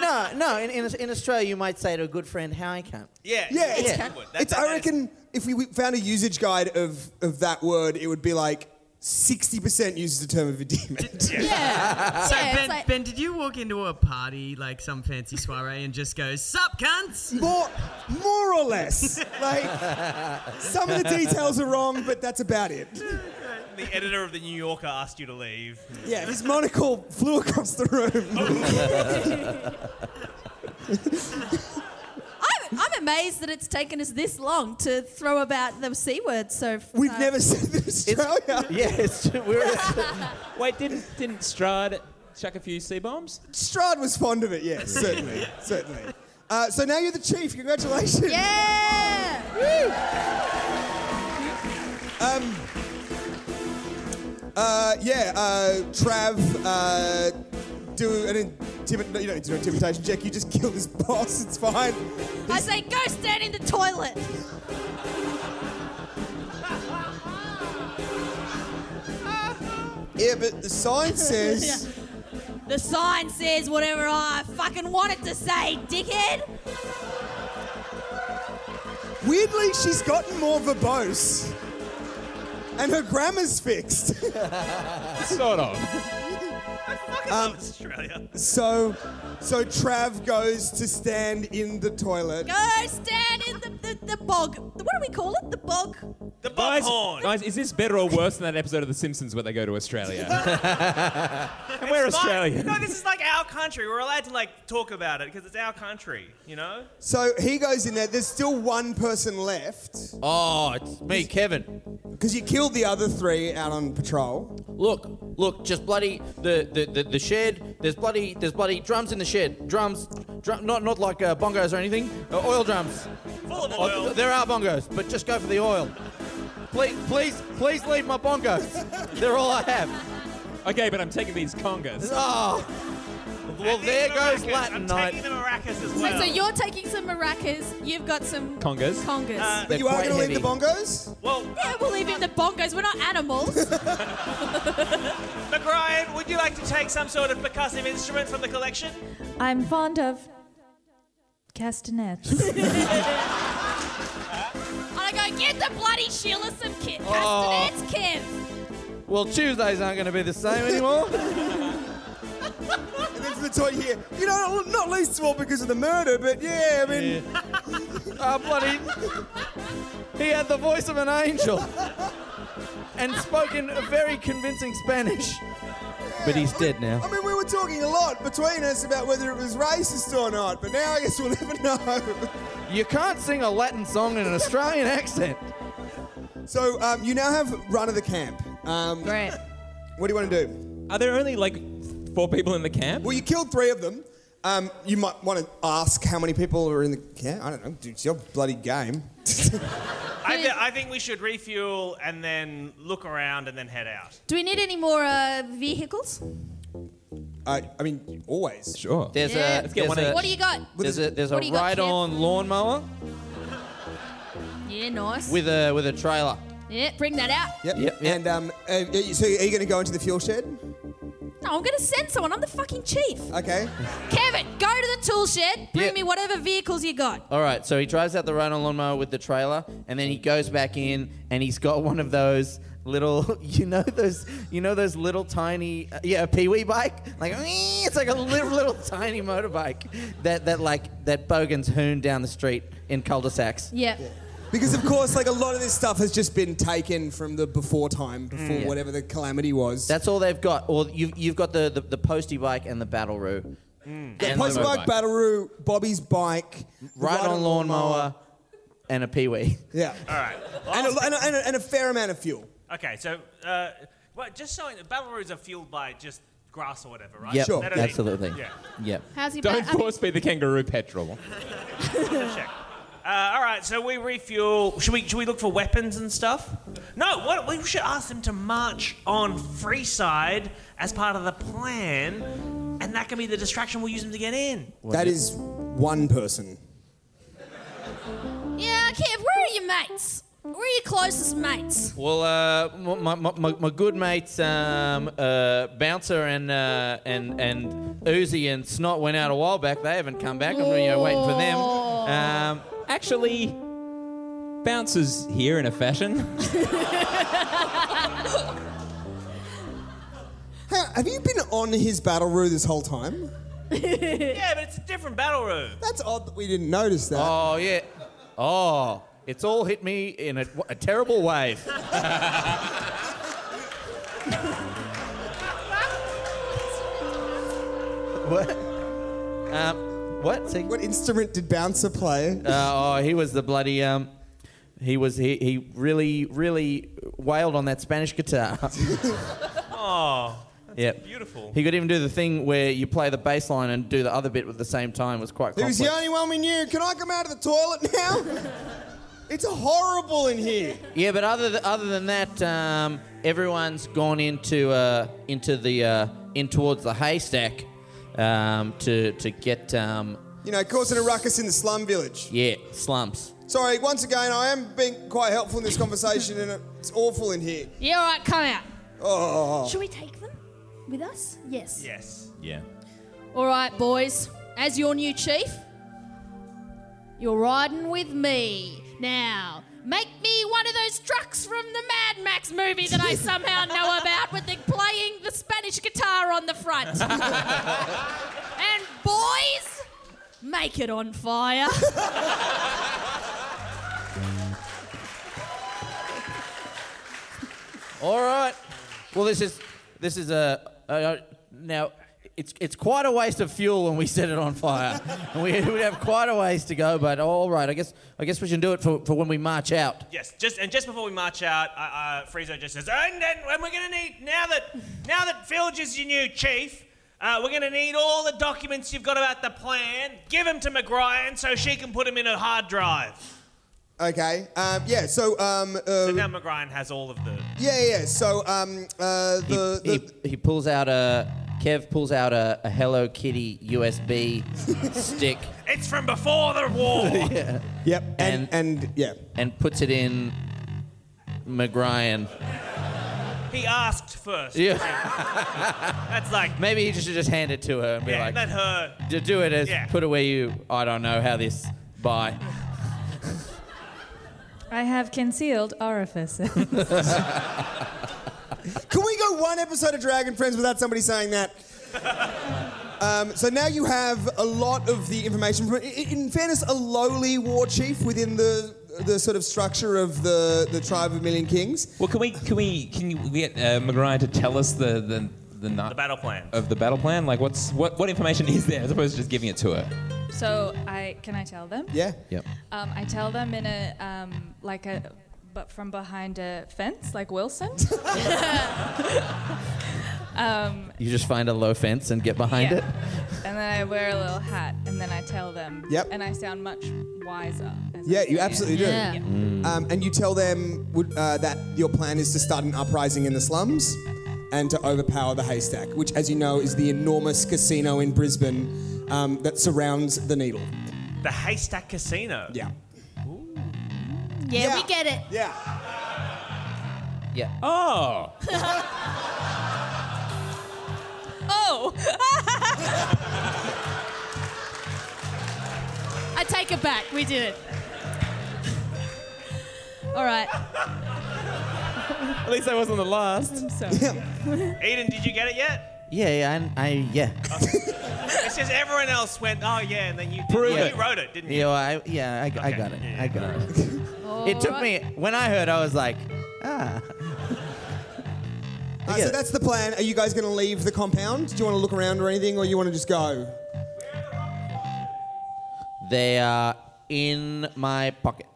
Speaker 4: No, no. In, in, in Australia, you might say to a good friend, "How I can't."
Speaker 2: yeah,
Speaker 1: Yeah, it's,
Speaker 2: a good word. That-
Speaker 1: it's
Speaker 2: that-
Speaker 1: I
Speaker 2: that is-
Speaker 1: reckon if we, we found a usage guide of, of that word, it would be like 60% uses the term of endearment.
Speaker 3: yeah.
Speaker 8: So
Speaker 3: yeah,
Speaker 8: ben,
Speaker 3: it's like,
Speaker 8: ben, did you walk into a party like some fancy soiree and just go, "Sup, cunts"?
Speaker 1: more, more or less. Like some of the details are wrong, but that's about it.
Speaker 2: the editor of the New Yorker asked you to leave.
Speaker 1: Yeah, his monocle flew across the
Speaker 2: Oh,
Speaker 1: room.
Speaker 3: I'm, I'm amazed that it's taken us this long to throw about the c word. So f-
Speaker 1: We've
Speaker 3: uh,
Speaker 1: never said this in Australia.
Speaker 4: Yes, we're.
Speaker 5: Wait, didn't didn't Strad chuck a few C bombs?
Speaker 1: Strad was fond of it. Yes, certainly, certainly. Uh, so now you're the chief. Congratulations.
Speaker 3: Yeah.
Speaker 1: Uh, yeah, uh, Trav, uh, do an intimidation. You don't need to do an intimidation check. You just kill this boss. It's fine.
Speaker 3: I say, go stand in the toilet.
Speaker 1: Yeah, but the sign says.
Speaker 3: The sign says whatever I fucking wanted to say, dickhead.
Speaker 1: Weirdly, she's gotten more verbose. And her grammar's fixed.
Speaker 5: Sort of.
Speaker 2: Fucking
Speaker 1: Um,
Speaker 2: love Australia.
Speaker 1: so, so Trav goes to stand in the toilet.
Speaker 3: Go stand in the, the, the bog. What do we call it? The bog?
Speaker 2: The
Speaker 5: Guys,
Speaker 2: buckhorn.
Speaker 5: guys, is this better or worse than that episode of The Simpsons where they go to Australia? and we're
Speaker 2: It's fine.
Speaker 5: Australian.
Speaker 2: No, this is like our country. We're allowed to like talk about it because it's our country, you know?
Speaker 1: So he goes in there. There's still one person left
Speaker 4: Oh, it's me, Kevin.
Speaker 1: because you killed the other three out on patrol.
Speaker 4: Look, look, just bloody the the, the, the shed. There's bloody there's bloody drums in the shed. Drums, drum, not not like uh, bongos or anything. Uh, oil drums.
Speaker 2: Full of
Speaker 4: Oh,
Speaker 2: oil.
Speaker 4: th- there are bongos, but just go for the oil. Please, please, please leave my bongos. They're all I have.
Speaker 5: Okay, but I'm taking these congas.
Speaker 4: Oh, well,
Speaker 2: And these
Speaker 4: there goes
Speaker 2: maracas.
Speaker 4: Latin
Speaker 2: I'm taking
Speaker 4: night.
Speaker 2: the maracas as
Speaker 3: So,
Speaker 2: well.
Speaker 3: so you're taking some maracas. You've got some
Speaker 5: Congas.
Speaker 3: congas.
Speaker 2: Uh,
Speaker 1: But
Speaker 4: They're
Speaker 1: you are
Speaker 4: quite
Speaker 1: going to leave the
Speaker 4: heavy.
Speaker 1: bongos?
Speaker 2: well,
Speaker 3: yeah, we'll leave in the bongos. We're not animals.
Speaker 2: McRyan, would you like to take some sort of percussive instrument from the collection?
Speaker 6: I'm fond of castanets.
Speaker 3: and I go, get the bloody Sheila some kit.
Speaker 4: Oh.
Speaker 3: Castanets, Kim.
Speaker 4: Well, Tuesdays aren't going to be the same anymore.
Speaker 1: And then from the toilet here, you know, not least of all because of the murder, but yeah, I mean,
Speaker 4: Ah, bloody. He had the voice of an angel and spoke in a very convincing Spanish. But he's dead
Speaker 1: I
Speaker 4: now.
Speaker 1: mean, we were talking a lot between us about whether it was racist or not, but now I guess we'll never know.
Speaker 4: You can't sing a Latin song in an Australian accent.
Speaker 1: So um, you now have run of the camp. Um,
Speaker 6: Great.
Speaker 1: What do you want to do?
Speaker 5: Are there only like four people in the camp?
Speaker 1: Well, you killed three of them. Um, you might want to ask how many people are in the camp. I don't know. Dude, it's your bloody game.
Speaker 2: I, th- I think we should refuel and then look around and then head out.
Speaker 3: Do we need any more uh, vehicles?
Speaker 1: I, I mean, always.
Speaker 5: Sure.
Speaker 4: There's
Speaker 3: Yeah.
Speaker 4: a.
Speaker 3: Let's
Speaker 5: get
Speaker 4: there's
Speaker 5: one
Speaker 4: a-
Speaker 5: each.
Speaker 3: What do you got?
Speaker 4: There's a there's
Speaker 3: What
Speaker 4: a
Speaker 3: do you got, Kev?
Speaker 4: ride-on lawnmower
Speaker 3: Yeah, nice.
Speaker 4: with a with a trailer.
Speaker 3: yeah, bring that out.
Speaker 1: Yep.
Speaker 4: Yep, yep.
Speaker 1: And um, uh, y- so are you going to go into the fuel shed?
Speaker 3: No, I'm going to send someone. I'm the fucking chief.
Speaker 1: Okay.
Speaker 3: Kevin, go to the tool shed. Bring
Speaker 4: Yeah.
Speaker 3: me whatever vehicles you got.
Speaker 4: All right, so he drives out the ride-on lawnmower with the trailer, and then he goes back in, and he's got one of those little, you know those, you know those little tiny, uh, yeah, a peewee bike. Like "Wee," it's like a little, little tiny motorbike that that like that bogans hoon down the street in cul-de-sacs.
Speaker 3: Yeah.
Speaker 1: Because of course, like a lot of this stuff has just been taken from the before time, before whatever the calamity was.
Speaker 4: Mm. That's all they've got. Or you've you've got the the, the postie bike and the battle route.
Speaker 2: Mm.
Speaker 1: yeah, post bike,
Speaker 5: motorbike.
Speaker 1: Batteroo, Bobby's bike,
Speaker 4: Right on lawnmower and a peewee.
Speaker 1: Yeah,
Speaker 2: All right.
Speaker 1: and, a, and, a, and, a, and a fair amount of fuel.
Speaker 2: Okay, so uh, well, just showing that battle roads are fueled by just grass or whatever, right?
Speaker 4: Yep,
Speaker 1: Sure.
Speaker 2: They don't need-
Speaker 4: absolutely.
Speaker 2: Yeah.
Speaker 4: Yep.
Speaker 3: How's he?
Speaker 5: Don't
Speaker 3: back? I mean,
Speaker 5: force feed the kangaroo petrol.
Speaker 2: Check. Uh, all right, so we refuel. Should we should we look for weapons and stuff? No, what, we should ask them to march on Freeside as part of the plan, and that can be the distraction we'll use them to get in.
Speaker 1: That is one person.
Speaker 3: yeah, Kev, where are your mates? Where are your closest mates?
Speaker 4: Well, uh, m- my, my, my, my good mates um, uh, Bouncer and uh, and and Uzi and Snot went out a while back. They haven't come back. I'm you know, waiting for them. Um,
Speaker 5: Actually, bounces here in a fashion.
Speaker 1: Hey, have you been on his Batteroo this whole time?
Speaker 2: Yeah, but it's a different battle road.
Speaker 1: That's odd that we didn't notice that.
Speaker 4: oh yeah. Oh, it's all hit me in a, a terrible wave. what? Um, what? See?
Speaker 1: What instrument did Bouncer play?
Speaker 4: Uh, oh, he was the bloody. Um, he was. He, he really, really wailed on that Spanish guitar.
Speaker 2: Oh,
Speaker 4: yep.
Speaker 2: beautiful.
Speaker 4: He could even do the thing where you play the bass line and do the other bit at the same time. It was quite
Speaker 1: He was
Speaker 4: complex.
Speaker 1: the only one we knew. Can I come out of the toilet now? it's horrible in here.
Speaker 4: Yeah, but other th- other than that, um, everyone's gone into uh, into the uh, in towards the haystack um, to to get um,
Speaker 1: You know, causing a ruckus in the slum village.
Speaker 4: yeah slumps.
Speaker 1: Sorry, once again, I am being quite helpful in this conversation, and it's awful in here.
Speaker 3: Yeah, all right, come out.
Speaker 9: Should we take them with us? Yes.
Speaker 2: Yes.
Speaker 5: Yeah.
Speaker 3: All right, boys. As your new chief, you're riding with me now. Make me one of those trucks from the Mad Max movie that I somehow know about with the playing the Spanish guitar on the front. and boys, make it on fire.
Speaker 4: All right. Well, this is this is a uh, uh, now. It's, it's quite a waste of fuel when we set it on fire. and we would have quite a ways to go, but all right. I guess I guess we should do it for, for when we march out.
Speaker 2: Yes, just and just before we march out, uh, uh, Friezo just says, and, and, and we're gonna need now that now that Filge is your new chief, uh, we're gonna need all the documents you've got about the plan. Give them to McGryan so she can put them in a hard drive.
Speaker 1: Okay. Um, yeah. So. Um, uh,
Speaker 2: So now McGryan has all of the.
Speaker 1: yeah. Yeah. So. Um, uh,
Speaker 4: He,
Speaker 1: the. the
Speaker 4: he, he pulls out a Kev pulls out a, a Hello Kitty USB stick
Speaker 2: It's from before the war.
Speaker 1: yep. And, and yeah.
Speaker 4: and puts it in McGryan.
Speaker 2: He asked first.
Speaker 4: Yeah,
Speaker 2: That's like
Speaker 4: maybe he should just hand it to her and be
Speaker 2: yeah,
Speaker 4: like,
Speaker 2: let her.
Speaker 4: "D- "Do it as
Speaker 2: Yeah.
Speaker 4: put it where you." I don't know how this. Bye.
Speaker 6: I have concealed orifices.
Speaker 1: Can we go one episode of Dragon Friends without somebody saying that? um, so now you have a lot of the information. From, i- in fairness, a lowly war chief within the the sort of structure of the the tribe of Million Kings.
Speaker 5: Well, can we can we can you get uh, McGuire to tell us the the the, nut
Speaker 2: The battle plan.
Speaker 1: Uh,
Speaker 5: of the battle plan? Like, what's what what information is there as opposed to just giving it to her?
Speaker 6: so I can I tell them?
Speaker 1: Yeah.
Speaker 4: Yep.
Speaker 6: Um, I tell them in a um, like a but from behind a fence, like Wilson.
Speaker 4: You just find a low fence and get behind
Speaker 6: Yeah.
Speaker 4: it.
Speaker 6: And then I wear a little hat, and then I tell them.
Speaker 1: Yep.
Speaker 6: And I sound much wiser. as I
Speaker 1: Yeah,
Speaker 6: say
Speaker 1: you
Speaker 6: it.
Speaker 1: absolutely do.
Speaker 3: Yeah. Yeah.
Speaker 1: Um, and you tell them would, uh, that your plan is to start an uprising in the slums and to overpower the haystack, which, as you know, is the enormous casino in Brisbane um, that surrounds the needle.
Speaker 2: the Haystack Casino.
Speaker 1: Yeah.
Speaker 3: yeah,
Speaker 1: Yeah.
Speaker 3: we get it.
Speaker 1: Yeah.
Speaker 4: Yeah.
Speaker 5: Oh,
Speaker 3: Oh! I take it back. We did it. All right.
Speaker 5: At least I wasn't the last.
Speaker 3: I'm so.
Speaker 2: Eden, did you get it yet?
Speaker 4: Yeah, yeah, I, I yeah.
Speaker 2: It's just everyone else went, oh yeah, and then you, did-
Speaker 4: Prove
Speaker 2: you
Speaker 4: it.
Speaker 2: wrote it, didn't you?
Speaker 4: Yeah, well, I, yeah, I, I
Speaker 2: Okay.
Speaker 4: got it.
Speaker 2: Yeah,
Speaker 4: I got it. It took me when I heard, I was like, ah.
Speaker 1: Uh,
Speaker 4: Yeah.
Speaker 1: so that's the plan. Are you guys going to leave the compound? Do you want to look around or anything, or you want to just go?
Speaker 4: They are in my pockets.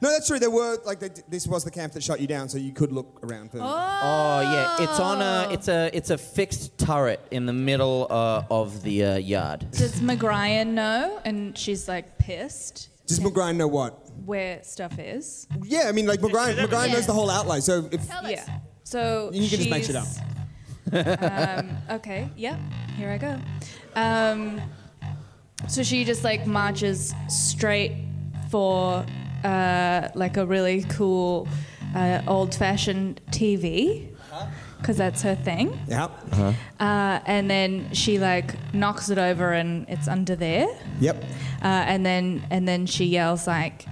Speaker 1: No, that's true. There were like they, this was the camp that shut you down, so you could look around for. Oh.
Speaker 4: Oh yeah, it's on a it's a it's a fixed turret in the middle uh, of the uh, yard.
Speaker 6: Does McGrian know? And she's like pissed
Speaker 1: Does McGrind know what?
Speaker 6: where stuff is.
Speaker 1: Yeah, I mean, like McGrind,
Speaker 2: Yeah.
Speaker 1: McGrind knows the whole outlay. So if
Speaker 6: Yeah. So
Speaker 1: You can just make shit
Speaker 6: she's- um, okay. Yeah. Here I go. Um, so she just like marches straight for uh, like a really cool uh, old-fashioned TV because that's her thing.
Speaker 1: yeah,
Speaker 6: Uh, and then she like knocks it over and it's under there.
Speaker 1: yep.
Speaker 6: Uh, and then and then she yells like,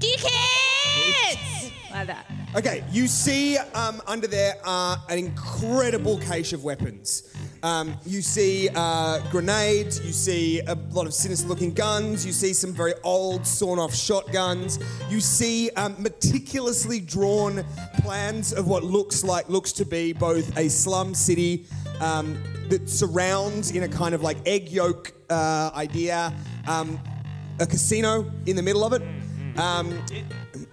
Speaker 6: "Dickheads!" like that.
Speaker 1: Okay, you see um, under there are an incredible cache of weapons. Um, you see uh, grenades, you see a lot of sinister looking guns, you see some very old, sawn off shotguns, you see um, meticulously drawn plans of what looks like, looks to be both a slum city um, that surrounds in a kind of like egg yolk uh, idea, um, a casino in the middle of it. Um,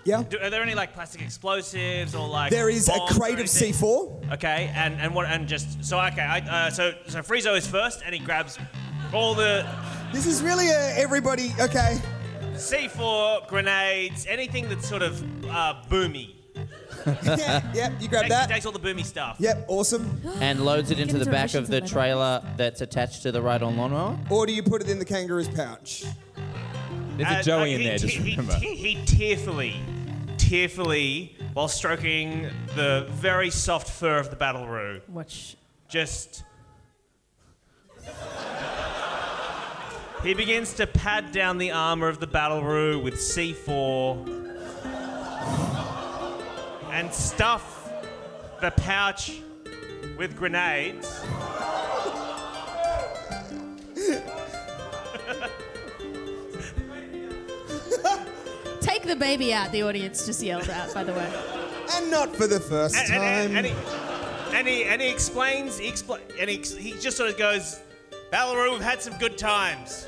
Speaker 1: yeah?
Speaker 2: Do, are there any like plastic explosives or like?
Speaker 1: There is a
Speaker 2: bombs or
Speaker 1: crate of
Speaker 2: anything?
Speaker 1: C4.
Speaker 2: Okay, and and what and just so okay, I, uh, so so Friezo is first, and he grabs all the
Speaker 1: This is really a everybody. Okay.
Speaker 2: C4 grenades, anything that's sort of uh, boomy.
Speaker 1: Yeah, yep. You grab
Speaker 2: Takes,
Speaker 1: that.
Speaker 2: takes all the boomy stuff.
Speaker 1: Yep. Awesome.
Speaker 4: and loads it into
Speaker 6: Give
Speaker 4: the
Speaker 6: us
Speaker 4: back of
Speaker 6: directions
Speaker 4: the
Speaker 6: and let it-
Speaker 4: trailer that's attached to the ride-on lawnmower.
Speaker 1: Or do you put it in the kangaroo's pouch?
Speaker 5: There's
Speaker 2: Uh,
Speaker 5: a Joey
Speaker 2: uh,
Speaker 5: in
Speaker 2: he
Speaker 5: there,
Speaker 2: te-
Speaker 5: just
Speaker 2: he,
Speaker 5: remember.
Speaker 2: He, he tearfully, tearfully, while stroking the very soft fur of the battle roo,
Speaker 6: Watch.
Speaker 2: just. He begins to pat down the armor of the battle roo with C4 and stuff the pouch with grenades.
Speaker 3: Take the baby out, the audience just yelled out, by the way.
Speaker 1: And not for the first
Speaker 2: and,
Speaker 1: time.
Speaker 2: and- and- and he, and he and he explains he expl- and he, ex- he just sort of goes, Ballaroo, we've had some good times.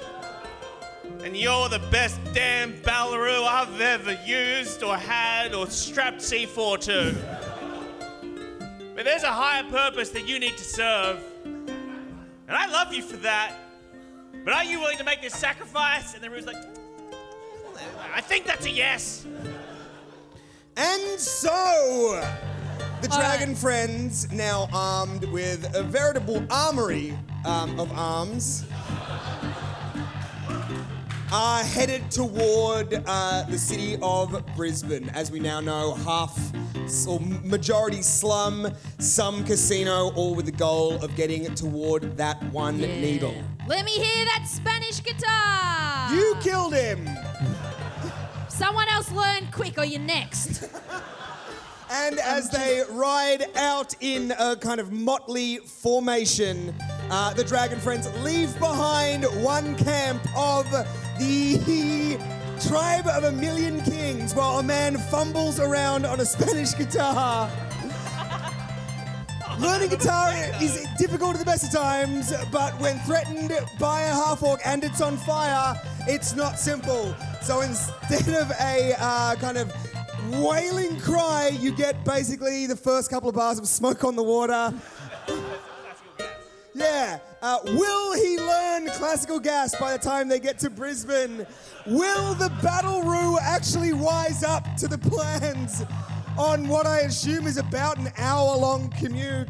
Speaker 2: And you're the best damn Ballaroo I've ever used or had or strapped C4 to. but there's a higher purpose that you need to serve. And I love you for that. But are you willing to make this sacrifice? And the room's like, I think that's a yes.
Speaker 1: And so, the
Speaker 6: All right.
Speaker 1: dragon friends, now armed with a veritable armory um, of arms, are headed toward uh, the city of Brisbane. As we now know, half s- or majority slum, some casino, all with the goal of getting toward that one needle.
Speaker 3: Let me hear that Spanish guitar!
Speaker 6: Ah.
Speaker 1: You killed him!
Speaker 3: Someone else learn quick or you're next.
Speaker 1: And as they ride out in a kind of motley formation, uh, the dragon friends leave behind one camp of the tribe of a million kings while a man fumbles around on a Spanish guitar. Learning guitar is difficult at the best of times, but when threatened by a half orc and it's on fire, it's not simple. So instead of a uh, kind of wailing cry, you get basically the first couple of bars of smoke on the water. Yeah. Uh, will he learn classical gas by the time they get to Brisbane? Will the battle roo actually wise up to the plans on what I assume is about an hour long commute?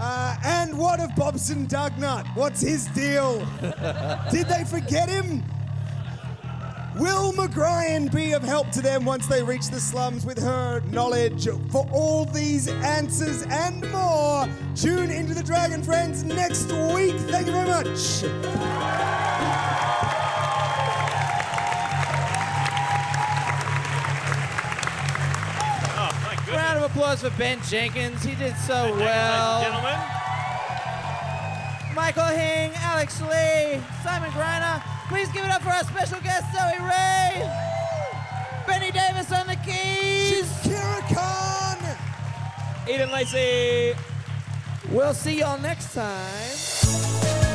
Speaker 1: Uh, and what of Bobson Dugnut? What's his deal? Did they forget him? Will McGrian be of help to them once they reach the slums with her knowledge? For all these answers and more, tune into the Dragon Friends next week. Thank you very much.
Speaker 2: Oh my goodness.
Speaker 4: Round of applause. applause for Ben Jenkins. He did so
Speaker 2: Ladies and
Speaker 4: well.
Speaker 2: gentlemen.
Speaker 4: Michael Hing, Alex Lee, Simon Greiner. Please give it up for our special guest, Zoe Ray. Benny Davis on the keys.
Speaker 1: Kirakan!
Speaker 5: Eden Lacey.
Speaker 4: We'll see y'all next time.